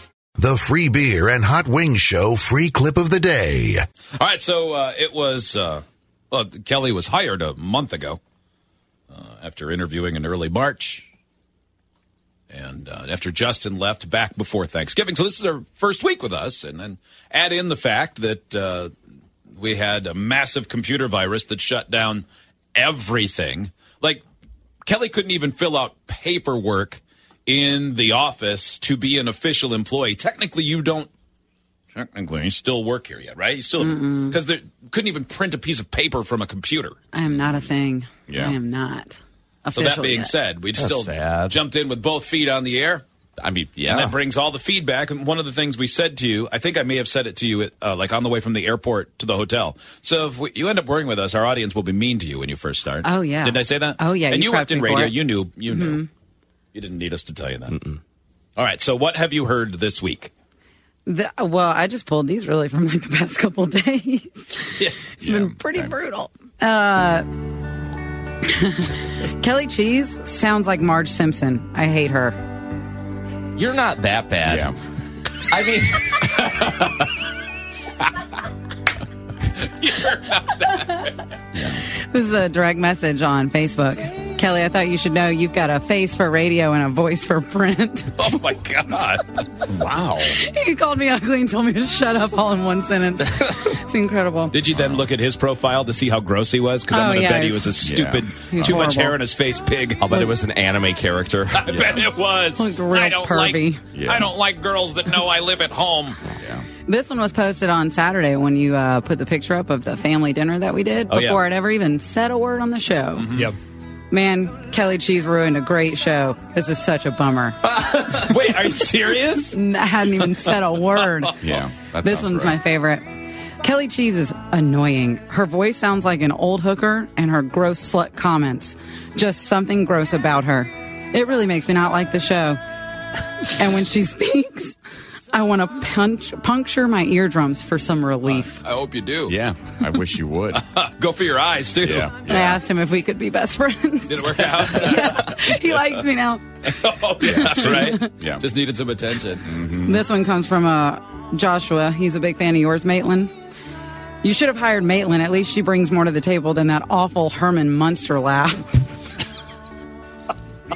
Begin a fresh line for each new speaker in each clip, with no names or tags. The free beer and hot wings show free clip of the day.
All right, so uh, it was uh, well, Kelly was hired a month ago uh, after interviewing in early March, and uh, after Justin left back before Thanksgiving. So this is her first week with us, and then add in the fact that uh, we had a massive computer virus that shut down everything. Like Kelly couldn't even fill out paperwork in the office to be an official employee. Technically, you don't technically you still work here yet, right? You still because they couldn't even print a piece of paper from a computer.
I am not a thing.
Yeah.
I am not.
So
Official
that being
yet.
said, we still
sad.
jumped in with both feet on the air.
I mean, yeah.
And that brings all the feedback. And one of the things we said to you, I think I may have said it to you, uh, like on the way from the airport to the hotel. So if we, you end up working with us, our audience will be mean to you when you first start.
Oh, yeah.
Didn't I say that?
Oh, yeah,
And you,
you
worked
prepped
in
me for
radio.
it. Mm-hmm.
You knew. You knew. You didn't need us to tell you that. All right. So what have you heard this week?
The- well, I just pulled these really from like the past couple days. It's been pretty
okay.
brutal. Uh, Kelly Cheese sounds like Marge Simpson. I hate her.
You're not that bad. I mean,
This is a direct message on Facebook. Kelly, I thought you should know you've got a face for radio and a voice for print.
Oh my God.
wow.
he called me ugly and told me to shut up all in one sentence. it's incredible.
Did you then look at his profile to see how gross he was? Because I'm
Oh,
going to
yeah,
bet he was
he's-
a stupid,
He was
too much
horrible.
hair in his face pig.
I'll bet it was an anime character.
I bet it was.
Looked real
I don't
pervy.
like.
Yeah.
I don't like girls that know I live at home.
This one was posted on Saturday when you uh, put the picture up of the family dinner that we did
Oh, yeah. Mm-hmm.
before it ever even said a word on the show.
Yep.
Man, Kelly Cheese ruined a great show. This is such a bummer.
Wait, are you serious?
N- I hadn't even said a word.
Yeah. that
This
sounds
one's
right.
my favorite. Kelly Cheese is annoying. Her voice sounds like an old hooker, and her gross slut comments. Just something gross about her. It really makes me not like the show. And when she speaks, I want to punch, puncture my eardrums for some relief.
Uh,
I hope you do.
Yeah. I wish you would.
Go for your eyes too.
Yeah.
And I asked him if we could be best friends.
Did it work out?
he likes me now.
oh, yes, right.
Yeah.
Just needed some attention.
This one comes from uh, Joshua. He's a big fan of yours, Maitland. You should have hired Maitland. At least she brings more to the table than that awful Herman Munster laugh.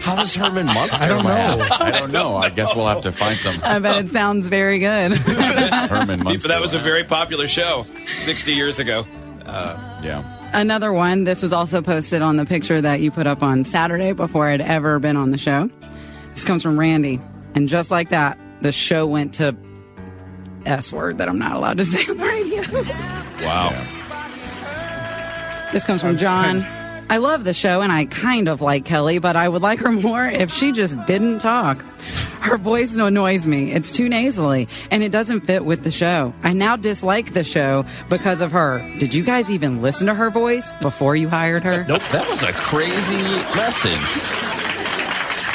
How is Herman Munster? I don't know. I don't know. I guess we'll have to find some
I bet it sounds very good.
Herman Munster.
But that was a very popular show 60 years ago.
yeah.
Another one. This was also posted on the picture that you put up on Saturday before I'd ever been on the show. This comes from Randy. And just like that, the show went to S word that I'm not allowed to say on the radio.
Wow.
This comes from John. I love the show and I kind of like Kelly, but I would like her more if she just didn't talk. Her voice annoys me. It's too nasally and it doesn't fit with the show. I now dislike the show because of her. Did you guys even listen to her voice before you hired her?
Nope. That was a crazy message.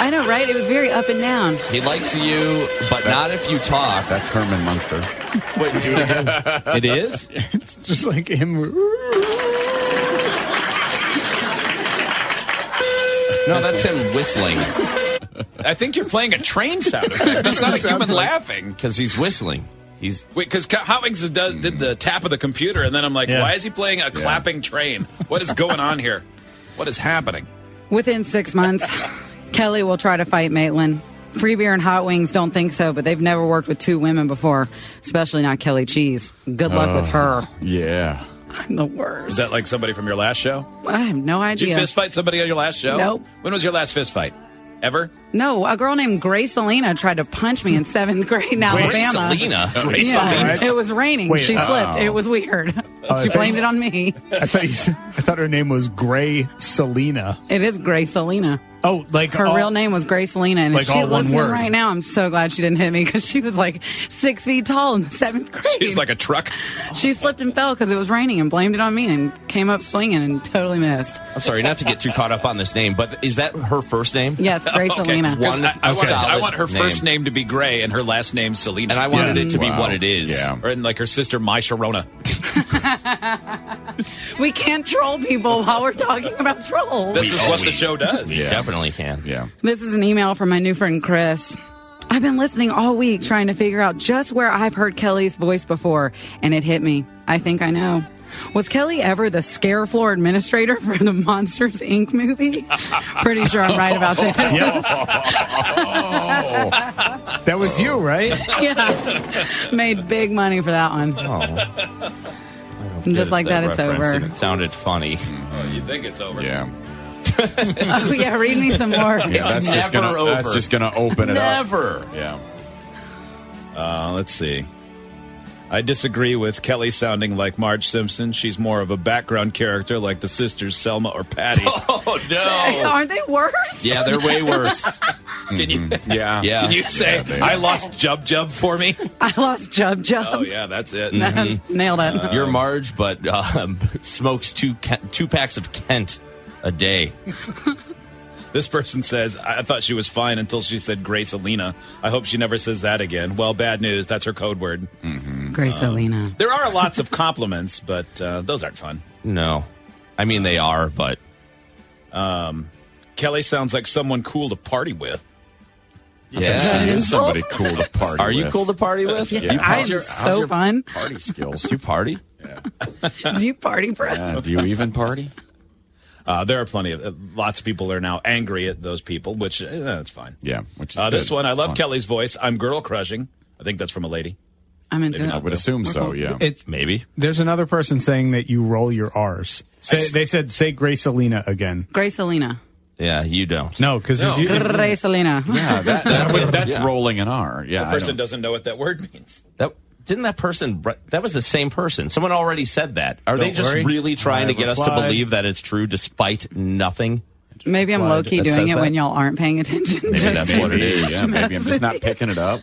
I know, right? It was very up and down.
He likes you, but not if you talk. That's Herman Munster.
Wait, do it again.
It is?
It's just like him.
No, that's him whistling
I think you're playing a train sound effect. That's not a human laughing.
because he's whistling. He's
Because Howings does, did the tap of the computer, and then I'm like,
Yeah.
why is he playing a clapping train? What is going on here? What is happening?
Within six months, Kelly will try to fight Maitland. Free beer and hot wings don't think so, but they've never worked with two women before, especially not Kelly Cheese. Good luck with her.
yeah.
I'm the worst.
Is that like somebody from your last show?
I have no
Did you
idea.
fist fight somebody on your last show?
Nope.
When was your last fist fight? Ever?
No, a girl named Grace Elena tried to punch me in seventh grade in Alabama.
Selena. Great
Yeah,
Selena.
it was raining.
Wait,
she
oh.
slipped. It was weird.
Oh,
she blamed it on me.
I thought, you said, I thought her name was Gray Selena.
It is Grace Elena.
Oh, like
Her
all-
real name was Grace Lena, and
Like
if she's
all one
listening
word.
right now, I'm so glad she didn't hit me because she was like six feet tall in the seventh grade.
She's like a truck.
she slipped and fell because it was raining and blamed it on me and came up swinging and totally missed.
I'm sorry, not to get too caught up on this name, but is that her first name?
Yes, Grace Lena.
'cause I, I
One
want, I
solid
want her first name to be Gray and her last name Selena.
And I wanted
Yeah.
it to be
Wow.
what it is.
Yeah.
or and like her sister My Sharona.
We can't troll people while we're talking about trolls.
This is what the
always-
show does.
You
Yeah.
definitely can.
Yeah.
This is an email from my new friend Chris. I've been listening all week trying to figure out just where I've heard Kelly's voice before, and it hit me. I think I know. Was Kelly ever the scare floor administrator for the Monsters Inc. movie? Pretty sure I'm right about that.
That was you, right?
yeah. Made big money for that one. And just like that, it's
Oh. reference.
over.
It sounded funny.
You think it's over.
Yeah.
Oh, yeah, read me some more.
Yeah, that's just
never
gonna
over.
that's just gonna open it
Never.
up. Yeah.
Uh, let's see. I disagree with Kelly sounding like Marge Simpson. She's more of a background character like the sisters Selma or Patty.
Oh no.
Aren't they worse?
yeah, they're way worse.
Can you,
Yeah.
Yeah.
can you say,
they-
I lost Jub Jub for me?
I lost Jub Jub.
Oh, yeah, that's it.
Mm-hmm.
Nailed it.
You're Marge, but um, smokes two Ke- two packs of Kent a day.
This person says, I I thought she was fine until she said Grace Alina. I hope she never says that again. Well, bad news. That's her code word.
Um,
Grace Alina.
There are lots of compliments, but uh, those aren't fun.
No, I mean they are, but
Kelly sounds like someone cool to party with.
She
yeah.
is somebody cool to party.
Are you
with.
cool to party with?
Yeah.
You
I
party,
am
your- how's
so
your-
fun.
Party skills.
you party?
Do you party, Brett?
Yeah, do you even party?
Uh, there are plenty of uh, lots of people are now angry at those people, which uh, that's fine.
Yeah, which is
uh, this
good.
one, I love
Fun.
Kelly's voice. I'm girl crushing. I think that's from a lady. Uh,
I'm into
I
it.
would assume so. Yeah.
It's
Maybe.
there's another person saying that you roll your R's. Say,
I s-
they said say Grace Alina again.
Grace Alina.
Yeah, you don't.
No, because if you
Grace Alina.
yeah, that, that's, that's rolling an R. Yeah.
The
I
person
don't-
doesn't know what that word means.
That didn't that person. That was the same person. Someone already said that. Are they
Don't
just
worry.
really trying to
I
get us to
replied.
believe that it's true, despite nothing?
Maybe I'm low key
That
doing
says
it
that?
when y'all aren't paying attention.
Maybe that's what it is.
Yeah, maybe I'm just not picking it up.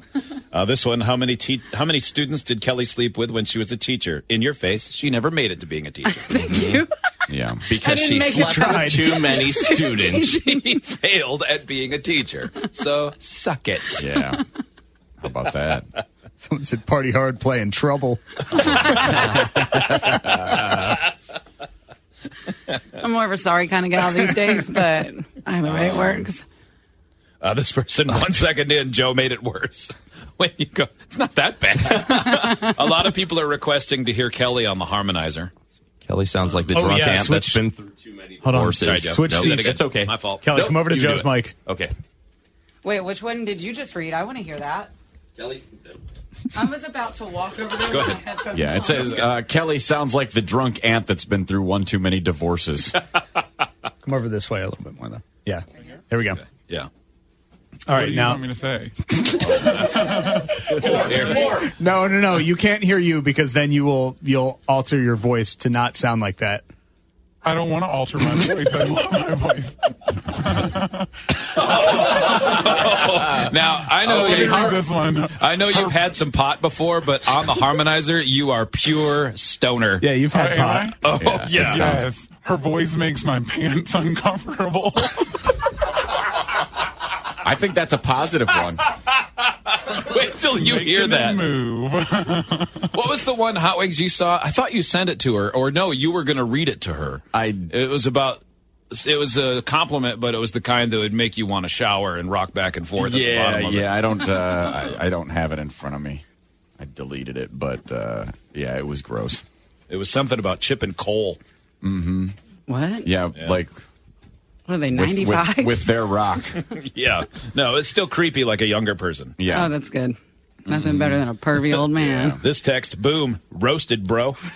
Uh, this one, how many te- how many students did Kelly sleep with when she was a teacher? In your face, she never made it to being a teacher.
Thank you.
Yeah.
Because she
didn't make
slept
it up.
with too many students.
she failed at being a teacher, so suck it.
Yeah. How about that?
someone said party hard, play in trouble.
I'm more of a sorry kind of gal these days, but either way it
Oh.
works.
Uh, this person, one second in, Joe made it worse. When you go, it's not that bad. a lot of people are requesting to hear Kelly on the harmonizer.
Kelly sounds like the
Oh,
drunk
yeah,
aunt that's
switch-
been through too many
Hold on.
horses.
Sorry,
Joe.
Switch
No,
seats.
that again.
It's okay.
My fault.
Kelly,
Nope,
come over to
you do
Joe's
it.
mic.
Okay.
Wait, which one did you just read? I want to hear that.
Kelly's.
I was about to walk over there
Go
with my
ahead.
headphones
Yeah,
on.
it says uh, Kelly sounds like the drunk aunt that's been through one too many divorces.
Come over this way a little bit more though. Yeah. There we go.
Yeah.
All right now.
to say?
No, no, no. You can't hear you because then you will you'll alter your voice to not sound like that.
I don't want to alter my voice. I love my voice.
Now I know you
Leave this one.
I know you've had some pot before, but on the harmonizer, you are pure stoner.
Yeah, you've had
Am I?
pot.
Oh yeah.
Yes. Her voice makes my pants uncomfortable.
I think that's a positive one.
Wait till you hear that.
Move.
What was the one hot wings you saw? I thought you sent it to her, or no, you were going to read it to her.
I-
It was about. It was a compliment, but it was the kind that would make you want to shower and rock back and forth. at the
Yeah,
bottom of it.
yeah. I don't. Uh, I, I don't have it in front of me. I deleted it, but uh, yeah, it was gross.
It was something about Chip and Cole.
What?
Yeah, like
What are they,
with,
95?
with, with their rock.
Yeah, no, it's still creepy like a younger person.
Yeah.
Oh, that's good. Nothing
Mm.
better than a pervy old man.
This text, boom, roasted, bro.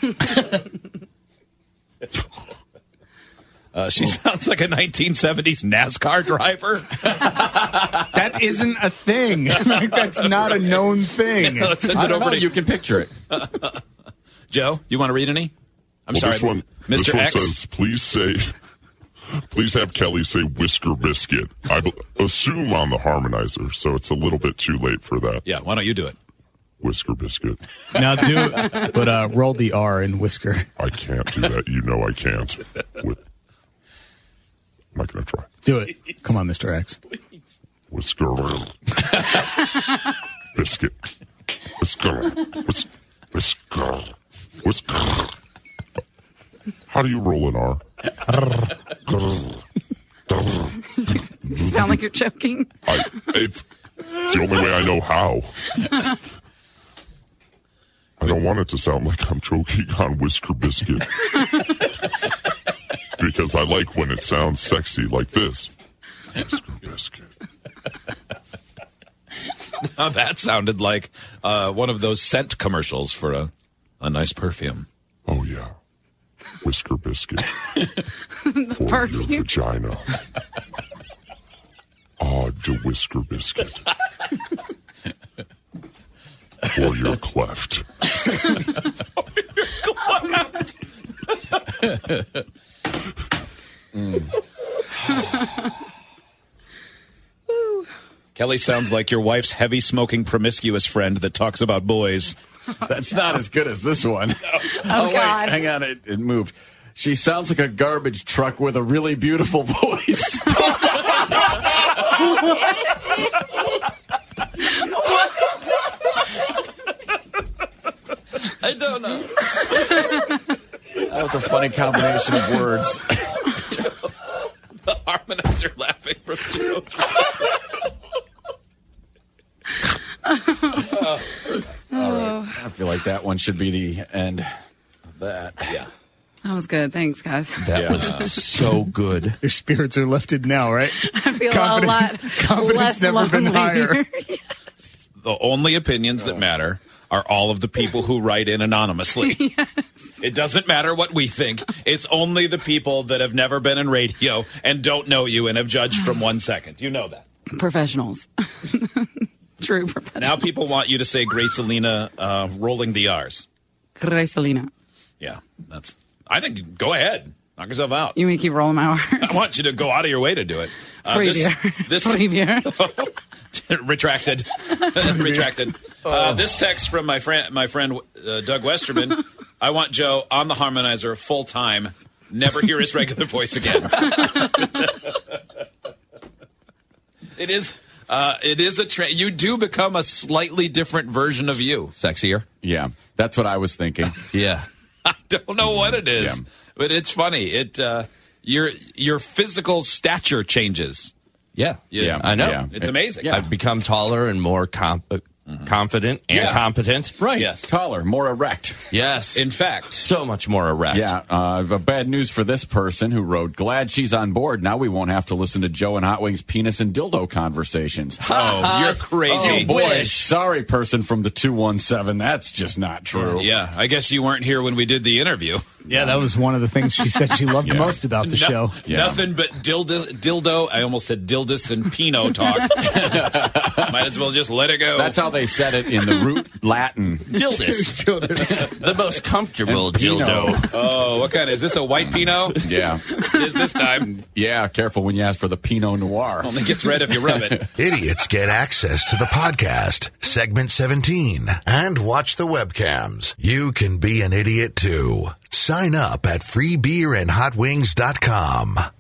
uh, she sounds like a 1970s NASCAR driver.
That isn't a thing. like, that's not a known thing.
Let's send
I
it
don't
over
know.
to
You can picture it.
Joe. You want to read any? I'm
Well,
sorry,
this one,
Mr.
This one
X.
says, please say,
Please have Kelly say whisker biscuit. I b- assume on the harmonizer, so it's a little bit too late for that.
Yeah, why don't you do it?
Whisker biscuit.
Now do, but uh, roll the R in whisker.
I can't do that. You know I can't. With- I'm not going to try.
Do it. Come on, Mister X.
Whisker biscuit. Whisker. Whis- Whisker. Whisker. How do you roll an R?
You sound like you're choking.
I, it's, it's the only way I know how. I don't want it to sound like I'm choking on Whisker Biscuit. because I like when it sounds sexy like this. Whisker Biscuit.
Now that sounded like uh, one of those scent commercials for a, a nice perfume.
Oh, yeah. Whisker Biscuit.
the
For your
perfume.
vagina. Odd to Whisker Biscuit. For your cleft.
Kelly sounds like your wife's heavy smoking promiscuous friend that talks about boys.
That's not as good as this one.
Oh, God.
hang on, it, it moved. She sounds like a garbage truck with a really beautiful voice.
I don't know.
that was a funny combination of words.
The harmonizer laughing from Joe.
I feel like that one should be the uh, end of that. Yeah.
That was good. Thanks, guys.
That was so good.
Your spirits are lifted now, right?
I feel a lot
Confidence- confidence
less
never been
lonely.
higher.
The only opinions that matter are all of the people who write in anonymously. It doesn't matter what we think. It's only the people that have never been in radio and don't know you and have judged from one second. You know that.
Professionals. True professionals.
Now people want you to say Gracelina uh, rolling the R's.
Gracelina.
Yeah, that's. I think go ahead, knock yourself out.
You want me to keep rolling my
I
R's?
want you to go out of your way to do it. Uh, this,
Freebier.
this
Freebier.
retracted, retracted. Uh, this text from my friend, my friend uh, Doug Westerman. I want Joe on the harmonizer full time. Never hear his regular voice again. it is. Uh, it is a tra- you do become a slightly different version of you. Sexier.
Yeah. That's what I was thinking.
Yeah.
I don't know what it is,
Yeah.
but it's funny. It uh, your your physical stature changes.
Yeah.
Yeah.
I know.
Yeah.
It's amazing. Mm-hmm.
Yeah.
I've become taller and more comp- confident and
Yeah.
competent.
Right.
Yes.
Taller, more erect.
Yes.
In fact,
so much more erect.
Yeah, uh, but bad news for this person who wrote, Glad she's on board. Now we won't have to listen to Joe and Hot Wings' penis and dildo conversations.
oh, you're crazy.
Oh, boy. wish.
Sorry, person from the 217. That's just not true.
Yeah, I guess you weren't here when we did the interview.
Yeah, that was one of the things she said she loved
Yeah.
most about the
No-
show.
Yeah.
Nothing but dildo, dildo. I almost said dildus and pino talk. Might as well just let it go.
That's how they said it in the root Latin.
Dildus. the most comfortable
And Pino.
dildo.
oh, what kind? Is this a white pino?
Yeah.
It is this time.
Yeah, careful when you ask for the Pinot Noir.
Only gets red if you rub it.
Idiots get access to the podcast, segment 17, and watch the webcams. You can be an idiot too. Sign up at freebeerandhotwings.com.